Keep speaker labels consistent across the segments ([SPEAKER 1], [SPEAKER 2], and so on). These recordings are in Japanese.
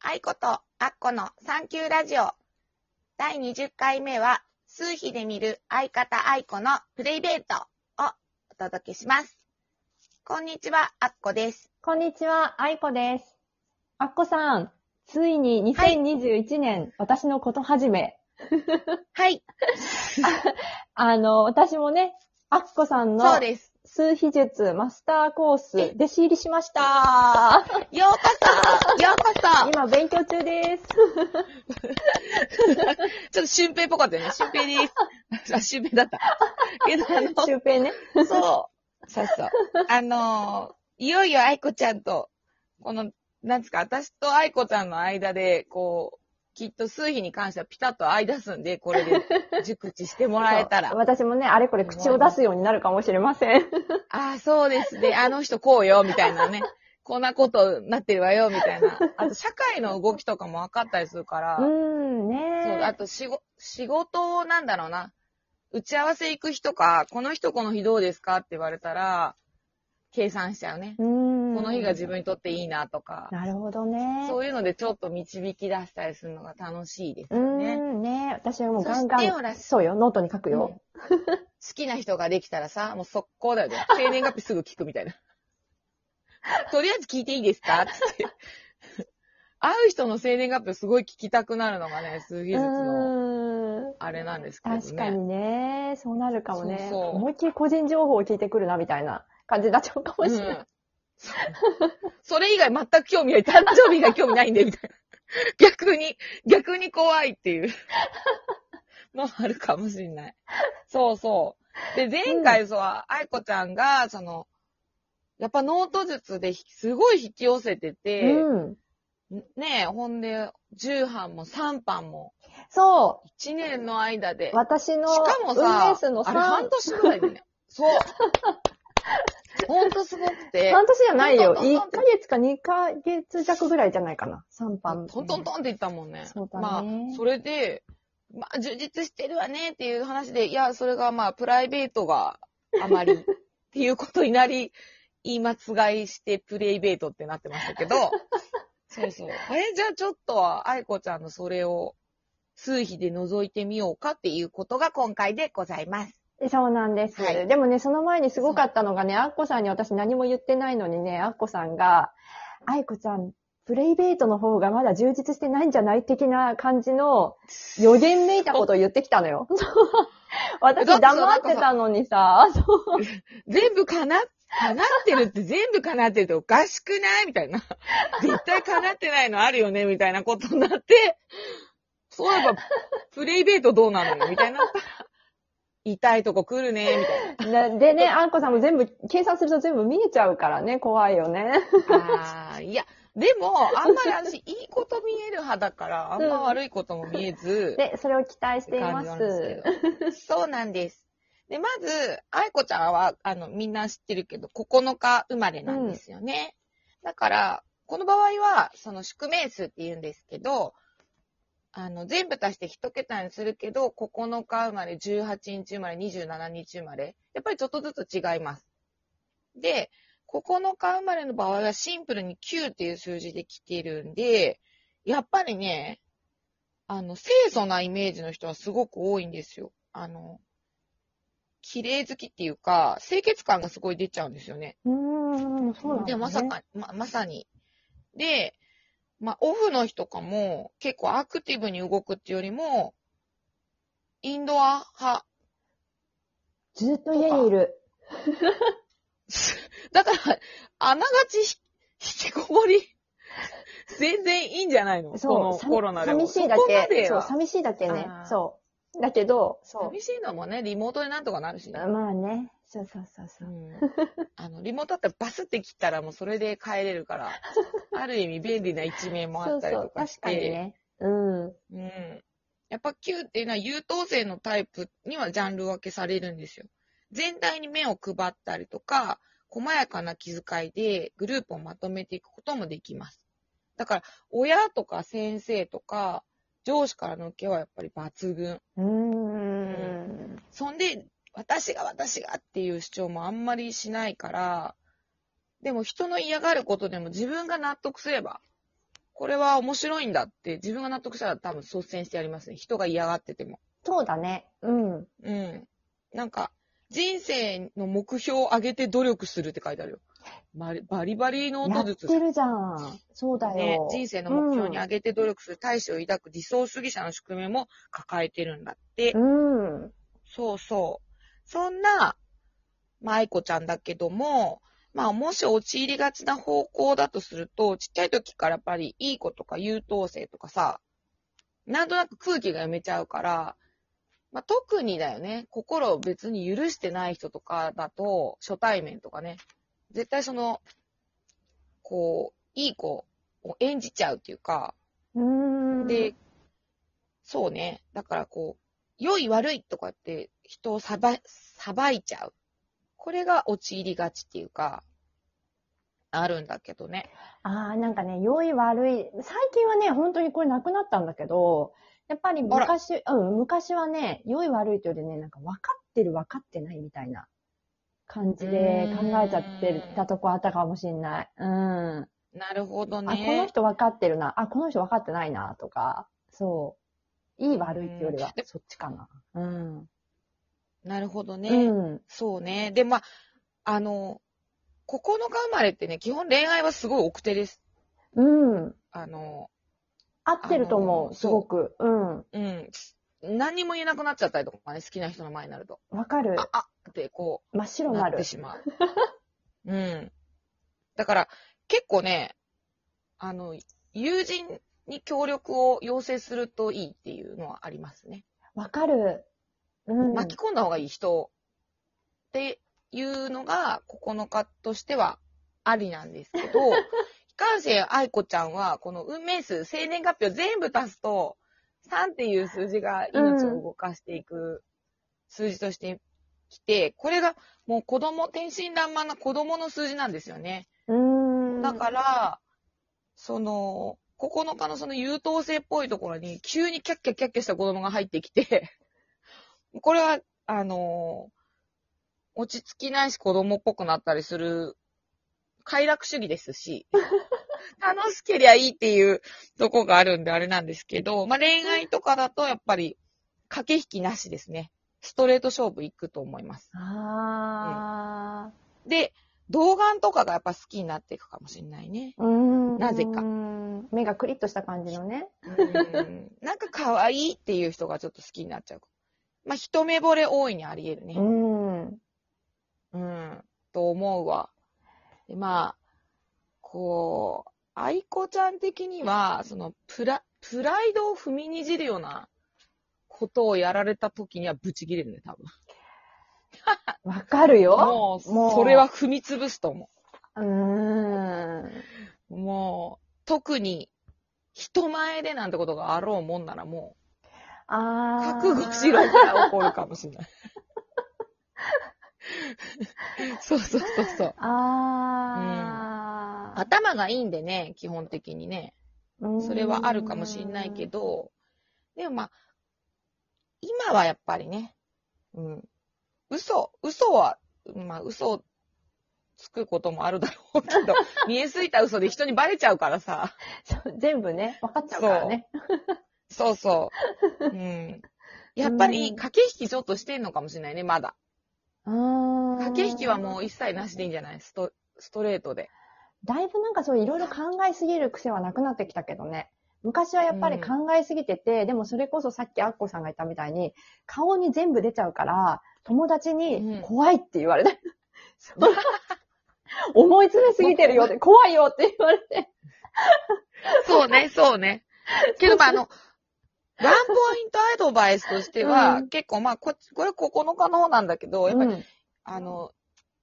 [SPEAKER 1] アイコとアッコのサンキューラジオ。第20回目は、数比で見る相方アイコのプレイベートをお届けします。こんにちは、アッコです。
[SPEAKER 2] こんにちは、あいこです。あっこさん、ついに2021年、私のこと始め。
[SPEAKER 1] はい、
[SPEAKER 2] あの、私もね、あっこさんの
[SPEAKER 1] そうです。
[SPEAKER 2] 数秘術マスターコー
[SPEAKER 1] え
[SPEAKER 2] ス、弟子入りしました。
[SPEAKER 1] ようこそようこそ
[SPEAKER 2] 今勉強 中です。
[SPEAKER 1] ちょっと俊平っぽかったよね。俊平です。あ、俊平だった。けど、あの、
[SPEAKER 2] シュウペイね。
[SPEAKER 1] そう。そうそう。あのーいよいよ愛子ちゃんと、この、なんですか、私と愛子ちゃんの間で、こう、きっと数日に関してはピタッと合い出すんで、これ で熟知してもらえたら。
[SPEAKER 2] そう
[SPEAKER 1] あ
[SPEAKER 2] 私もね、あれこれ口を出すようになるかもしれませ ん。
[SPEAKER 1] あー、そうですね。あの人こうよ、みたいなね。こんなことなってるわよ、みたいな。あと、社会の動きとかも分かったりするから。
[SPEAKER 2] うーん、
[SPEAKER 1] そう、あ
[SPEAKER 2] ね
[SPEAKER 1] と仕事、仕事をなんだろうな。打ち合わせ行く日とか、この人この日どうですかって言われたら、計算しちゃうね。
[SPEAKER 2] うーん。
[SPEAKER 1] この日が自分にとっていいなとか、
[SPEAKER 2] なるほどね。
[SPEAKER 1] そういうのでちょっと導き出したりするのが楽しいです
[SPEAKER 2] う
[SPEAKER 1] よ
[SPEAKER 2] ー
[SPEAKER 1] ね。
[SPEAKER 2] ん、ね私はもうガンガ
[SPEAKER 1] そしてほら
[SPEAKER 2] ン、そうよ、ノートに書くよ。
[SPEAKER 1] 好きな人ができたらさ、もう速攻だよね。生年月日すぐ聞くみたいな。 とりあえず聞いていいですかつって。会う人の生年月日をすごい聞きたくなるのがね、数技
[SPEAKER 2] う
[SPEAKER 1] 術の
[SPEAKER 2] ーん。
[SPEAKER 1] あれなんですけどね。
[SPEAKER 2] 確かにね、そうなるかもね。
[SPEAKER 1] そうそう
[SPEAKER 2] 思いっきり個人情報を聞いてくるな、みたいな感じになっちゃうかもしれない。
[SPEAKER 1] うんそうそれ以外全く興味ない。誕生日が興味ないんで、み たいな。逆に、逆に怖いっていう のもあるかもしれない。そうそう。で、前回そう、愛子ちゃんが、その、やっぱノート術でひすごい引き寄せてて、
[SPEAKER 2] うん。
[SPEAKER 1] ねえ、ほんで、10班も3班も、
[SPEAKER 2] そ
[SPEAKER 1] 1年の間で
[SPEAKER 2] う。、私の、
[SPEAKER 1] しかも
[SPEAKER 2] 運
[SPEAKER 1] さ
[SPEAKER 2] 命数の、
[SPEAKER 1] あれ半
[SPEAKER 2] 3、
[SPEAKER 1] 年くらいでね。 そう。ほんとすごくて。
[SPEAKER 2] 半年じゃないよ。
[SPEAKER 1] トントントン
[SPEAKER 2] 1
[SPEAKER 1] トン
[SPEAKER 2] ヶ月か2ヶ月弱ぐらいじゃないかな。3番。
[SPEAKER 1] トントントンって言ったもんね。
[SPEAKER 2] そうだね
[SPEAKER 1] まあ、それで、まあ、充実してるわねっていう話で、いや、それがまあ、プライベートがあまりっていうことになり、言い間違いしてプレイベートってなってました けど、そうそう。え、じゃあちょっとは、愛子ちゃんのそれを、数比で覗いてみようかっていうことが今回でございます。
[SPEAKER 2] そうなんです、
[SPEAKER 1] はい
[SPEAKER 2] でもね、その前にすごかったのがね、アッコさんに私何も言ってないのにね、アッコさんが、アイコちゃん、プレイベートの方がまだ充実してないんじゃない的な感じの予言めいたことを言ってきた のよ。私
[SPEAKER 1] だってさ
[SPEAKER 2] 黙ってたのにさ、そう
[SPEAKER 1] 全部かな、叶ってるって全部叶ってるっておかしくないみたいな。絶対叶ってないのあるよねみたいなことになって、そういえば、プレイベートどうなのよみたいな。痛いとこ来るねみたい
[SPEAKER 2] ででね、あんこさんも全部、計算すると全部見えちゃうからね、怖い よね。
[SPEAKER 1] な。あーいや、でも、あんまり私、いいこと見える派だから、あんま悪いことも見えず、
[SPEAKER 2] で、それを期待し
[SPEAKER 1] って
[SPEAKER 2] てい
[SPEAKER 1] 感
[SPEAKER 2] ま
[SPEAKER 1] じなんです
[SPEAKER 2] す。
[SPEAKER 1] けど。そうなんです。で、まず、愛子ちゃんは、あの、みんな知ってるけど、9日生まれなんですよね。だから、この場合は、その宿命数って言うんですけど、あの、全部足して一桁にするけど、9日生まれ、18日生まれ、27日生まれ、やっぱりちょっとずつ違います。で、9日生まれの場合はシンプルに9っていう数字で来てるんで、やっぱりね、あの、清楚なイメージの人はすごく多いんですよ。あの、綺麗好きっていうか、清潔感がすごい出ちゃうんですよね。
[SPEAKER 2] うーん、そうなんだ、ね。
[SPEAKER 1] で、まさ。か、ま、まさに。で、まあ、オフの日とかも結構アクティブに動くっていうよりも、インドア派。
[SPEAKER 2] ずっと家にいる。
[SPEAKER 1] だから、あながちひ引きこもり、全然いいんじゃないのこの
[SPEAKER 2] そう、
[SPEAKER 1] コロナでも。
[SPEAKER 2] 寂しいだ
[SPEAKER 1] そこま
[SPEAKER 2] け。
[SPEAKER 1] で
[SPEAKER 2] そう、
[SPEAKER 1] は
[SPEAKER 2] 寂しいだけね
[SPEAKER 1] あー。
[SPEAKER 2] そう。だけど、そう。
[SPEAKER 1] 寂しいのもね、リモートでなんとかなるしね。
[SPEAKER 2] まあね。そうそうそうそうう。
[SPEAKER 1] んあの、リモートだったらバスって切ったらもうそれで帰れる から、ある意味便利な一面もあ
[SPEAKER 2] そう
[SPEAKER 1] った
[SPEAKER 2] そ
[SPEAKER 1] りと
[SPEAKER 2] う、
[SPEAKER 1] かし
[SPEAKER 2] 確かに
[SPEAKER 1] て、
[SPEAKER 2] ね。うん。
[SPEAKER 1] うん。やっぱ Q っていうのは優等生のタイプにはジャンル分けされるんですよ。全体に目を配ったりとか、細やかな気遣いでグループをまとめていくこともできます。だから、親とか先生とか、上司からの受けはやっぱり抜群。
[SPEAKER 2] うーん。
[SPEAKER 1] そんで、私が私がっていう主張もあんまりしないから、でも人の嫌がることでも自分が納得すれば、これは面白いんだって、自分が納得したら多分率先してやりますね。人が嫌がってても。
[SPEAKER 2] そうだね。うん。
[SPEAKER 1] うん。なんか、人生の目標を上げて努力するって書いてあるよ。バリバリバリの音
[SPEAKER 2] やっ
[SPEAKER 1] 術。
[SPEAKER 2] てるじゃん。そうだよ。
[SPEAKER 1] ね、人生の目標に上げて努力する大志を抱く理想主義者の宿命も抱えてるんだって。
[SPEAKER 2] うん。うん。
[SPEAKER 1] そうそう。そんな、まあ、愛子ちゃんだけども、まあ、もし陥りがちな方向だとすると、ちっちゃい時からやっぱりいい子とか優等生とかさ、なんとなく空気が読めちゃうから、まあ、特にだよね、心を別に許してない人とかだと、初対面とかね、絶対その、こう、いい子を演じちゃうっていうか、
[SPEAKER 2] うん。
[SPEAKER 1] で、、そうね。だからこう、良い悪いとかって人をさば、さばいちゃう。これが陥りがちっていうか、あるんだけどね。
[SPEAKER 2] ああ、なんかね、良い悪い。最近はね、本当にこれなくなったんだけど、やっぱり昔、うん、昔はね、良い悪いというよりね、なんか分かってる分かってないみたいな感じで考えちゃってたとこあったかもしんない。うん。
[SPEAKER 1] なるほど
[SPEAKER 2] あ、この
[SPEAKER 1] ね。
[SPEAKER 2] 人分かってるな。あ、この人分かってないな、とか。そう。いい悪いっていうよりは
[SPEAKER 1] うん、
[SPEAKER 2] そっちかな。うん。
[SPEAKER 1] なるほどね。
[SPEAKER 2] うん。
[SPEAKER 1] そうね。で、まあ、あの、9日生まれってね、基本恋愛はすごい奥手です。
[SPEAKER 2] うん。
[SPEAKER 1] あの、
[SPEAKER 2] 合ってると
[SPEAKER 1] あ
[SPEAKER 2] 思
[SPEAKER 1] の
[SPEAKER 2] う、すごく。うん。
[SPEAKER 1] うん。何にも言えなくなっちゃったりとかね、好きな人の前になると。
[SPEAKER 2] わかる。
[SPEAKER 1] あ、あってこう、
[SPEAKER 2] 真っ白に
[SPEAKER 1] な
[SPEAKER 2] な
[SPEAKER 1] っ
[SPEAKER 2] る
[SPEAKER 1] て。しまう。 うん。だから、結構ね、あの、友人に協力を要請するといいっていうのはありますね。
[SPEAKER 2] わかる。うん。
[SPEAKER 1] 巻き込んだ方がいい人っていうのが9日としてはありなんです けど、非関性愛子ちゃんは、この運命数、生年月日を全部足すと、3っていう数字が命を動かしていく数字としてきて、これがもう子供、天真爛漫な子供の数字なんですよね。
[SPEAKER 2] うん。
[SPEAKER 1] だから、その、9日のその優等生っぽいところに、急にキャッキャッキャッキャした子供が入ってきて、 これは、あの落ち着きないし子供っぽくなったりする、快楽主義ですし、楽しけりゃいいっていうとこがあるんであれなんですけど、まあ、恋愛とかだとやっぱり、駆け引きなしですね。ストレート勝負いくと思います。
[SPEAKER 2] あ
[SPEAKER 1] で、童顔とかがやっぱ好きになっていくかもしれないね。
[SPEAKER 2] あ、うん。
[SPEAKER 1] なぜか
[SPEAKER 2] 目がクリッとした感じのね。
[SPEAKER 1] うんなんか可愛いっていう人がちょっと好きになっちゃう。まあ、一目惚れ大いにあり得るね。
[SPEAKER 2] うん。
[SPEAKER 1] うん。と思うわ。で、まあ、こう、愛子ちゃん的には、その、プラ、プライドを踏みにじるようなことをやられた時にはブチ切れるね、多分。
[SPEAKER 2] わかるよ。
[SPEAKER 1] もう、
[SPEAKER 2] もう
[SPEAKER 1] それは踏み潰すと思
[SPEAKER 2] うーん。
[SPEAKER 1] う。もう、特に、人前でなんてことがあろうもんならもう、
[SPEAKER 2] ああ。
[SPEAKER 1] 覚悟しろぐらい怒るかもし れない。そうそうそうそう。
[SPEAKER 2] ああ。
[SPEAKER 1] 頭がいいんでね、基本的にね。
[SPEAKER 2] うん
[SPEAKER 1] それはあるかもしんないけ。ど、でもまあ、今はやっぱりね、うん。嘘、嘘は、まあ嘘をつくこともあるだろうけ ど、見えすぎた嘘で人にバレちゃうからさ。
[SPEAKER 2] そう全部ね、わかっちゃうからね。
[SPEAKER 1] そうそう。うん。やっぱ
[SPEAKER 2] う
[SPEAKER 1] り
[SPEAKER 2] ん
[SPEAKER 1] 駆け引きちょっとしてんのかもしれないね、まだ。
[SPEAKER 2] うん。
[SPEAKER 1] 駆け引きはもう一切なしでいいんじゃないストストレートで。
[SPEAKER 2] だいぶなんかそういろいろ考えすぎる癖はなくなってきたけどね。昔はやっぱり考えすぎてて、でもそれこそさっきアッコさんが言ったみたいに、顔に全部出ちゃうから、友達
[SPEAKER 1] うん
[SPEAKER 2] に怖いって言われて、 そう思い詰めすぎてる よって、怖いよって言われて。
[SPEAKER 1] そうね、そうね。けど、まあ、あの、 ワンポイントアドバイスとしては、
[SPEAKER 2] うん
[SPEAKER 1] 結構、まあ、こっち、これ9日の方なんだけど、やっぱり、
[SPEAKER 2] うん
[SPEAKER 1] あの、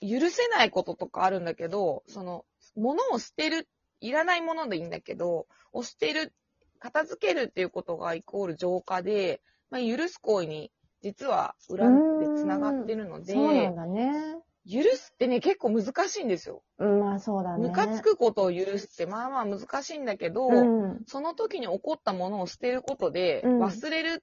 [SPEAKER 1] 許せないこととかあるんだけど、その、物を捨てる、いらないものでいいんだけど、を捨てる、片付けるっていうことがイコール浄化で、まあ、許す行為に、実は裏で繋がってるので、
[SPEAKER 2] そうなんだね。
[SPEAKER 1] 許すってね、結構難しいんですよ。
[SPEAKER 2] うん、まあそうだね。
[SPEAKER 1] ムカつくことを許すって、まあまあ難しいんだけど、
[SPEAKER 2] うん。
[SPEAKER 1] その時に起こったものを捨てることで、
[SPEAKER 2] うん
[SPEAKER 1] 忘れる、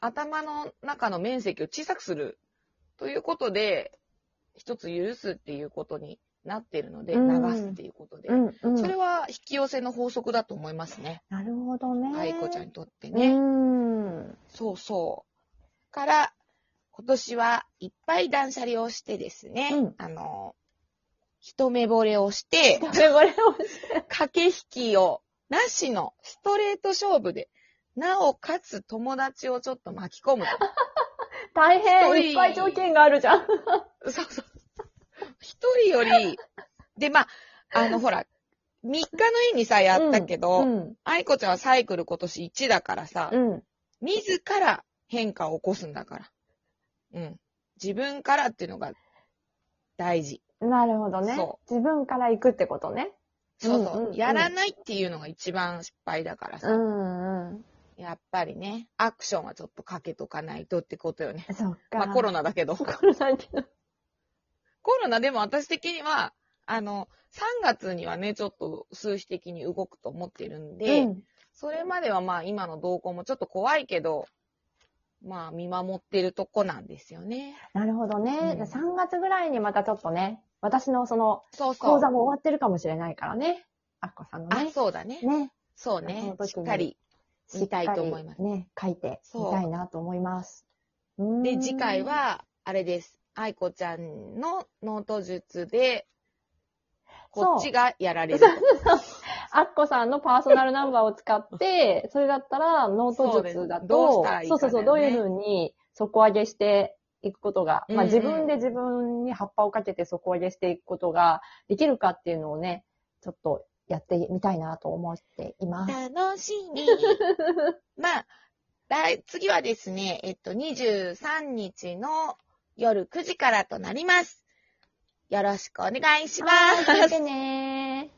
[SPEAKER 1] 頭の中の面積を小さくする、ということで、一つ許すっていうことになってるので、
[SPEAKER 2] う
[SPEAKER 1] 流
[SPEAKER 2] ん
[SPEAKER 1] すっていうことで。
[SPEAKER 2] うん、うん。
[SPEAKER 1] それは引き用性の法則だと思いますね。
[SPEAKER 2] なるほどね。
[SPEAKER 1] 愛子ちゃんにとって
[SPEAKER 2] う
[SPEAKER 1] ね。
[SPEAKER 2] ん。
[SPEAKER 1] そうそう。から、今年はいっぱい断捨離をしてですね、
[SPEAKER 2] うん
[SPEAKER 1] あの、一目惚れを して、
[SPEAKER 2] これ、これを
[SPEAKER 1] 駆け引きをなしのストレート勝負で、なおかつ友達をちょっと巻き込むと。
[SPEAKER 2] 大
[SPEAKER 1] 一
[SPEAKER 2] 変
[SPEAKER 1] 人
[SPEAKER 2] いっぱい条件があるじゃん。
[SPEAKER 1] そうそう。一人より、で、まあ、あの、ほら、3日の日にさ、やったけど、
[SPEAKER 2] うん。
[SPEAKER 1] 愛子ちゃんはサイクル今年1だからさ、
[SPEAKER 2] うん。
[SPEAKER 1] 自ら変化を起こすんだから。うん。自分からっていうのが大事。
[SPEAKER 2] なるほどね
[SPEAKER 1] そ。
[SPEAKER 2] 自分から行くってことね。
[SPEAKER 1] そうそう。
[SPEAKER 2] うんうんうん
[SPEAKER 1] やらないっていうのが一番失敗だから
[SPEAKER 2] う
[SPEAKER 1] さ。
[SPEAKER 2] んうん。
[SPEAKER 1] やっぱりね、アクションはちょっとかけとかないとってことよね。
[SPEAKER 2] そっか。
[SPEAKER 1] まあコロ
[SPEAKER 2] ナ。
[SPEAKER 1] ナだけ ど。
[SPEAKER 2] コロナだけど。
[SPEAKER 1] コロナでも私的には、あの、3月にはね、ちょっと数比的に動くと思ってるんで、
[SPEAKER 2] うん
[SPEAKER 1] それまではまあ今の動向もちょっと怖いけど、まあ見守ってるとこなんですよね。
[SPEAKER 2] なるほどね。
[SPEAKER 1] うん
[SPEAKER 2] 3月ぐらいにまたちょっとね、私のその
[SPEAKER 1] そうそう。
[SPEAKER 2] 講座も終わってるかもしれないからね。あっこさんの
[SPEAKER 1] あ、
[SPEAKER 2] ね。
[SPEAKER 1] そうだね。
[SPEAKER 2] ね。
[SPEAKER 1] そう
[SPEAKER 2] そ
[SPEAKER 1] ね
[SPEAKER 2] の。時に
[SPEAKER 1] しっかり。見たいと思います
[SPEAKER 2] しっかりね、書いて
[SPEAKER 1] そう
[SPEAKER 2] みたいなと思います。うーん
[SPEAKER 1] で、次回、は、あれです。愛子ちゃんのノート術で、こっちがやられる。
[SPEAKER 2] あっこさんのパーソナルナンバーを 使って、それだったらノート術だ
[SPEAKER 1] そうですど
[SPEAKER 2] と
[SPEAKER 1] うしたらい、い
[SPEAKER 2] そ
[SPEAKER 1] か
[SPEAKER 2] う
[SPEAKER 1] だよね
[SPEAKER 2] そうそう、どういうふうに底上げしていくことが、
[SPEAKER 1] う
[SPEAKER 2] まあ
[SPEAKER 1] んうん
[SPEAKER 2] 自分で自分に葉っぱをかけて底上げしていくことができるかっていうのをね、ちょっとやってみたいなと思っています。
[SPEAKER 1] 楽しみ。 まあ、来、次はですね、えっと、23日の夜9時からとなります。よろしくお願いしま
[SPEAKER 2] はい聞
[SPEAKER 1] す。
[SPEAKER 2] いてねー。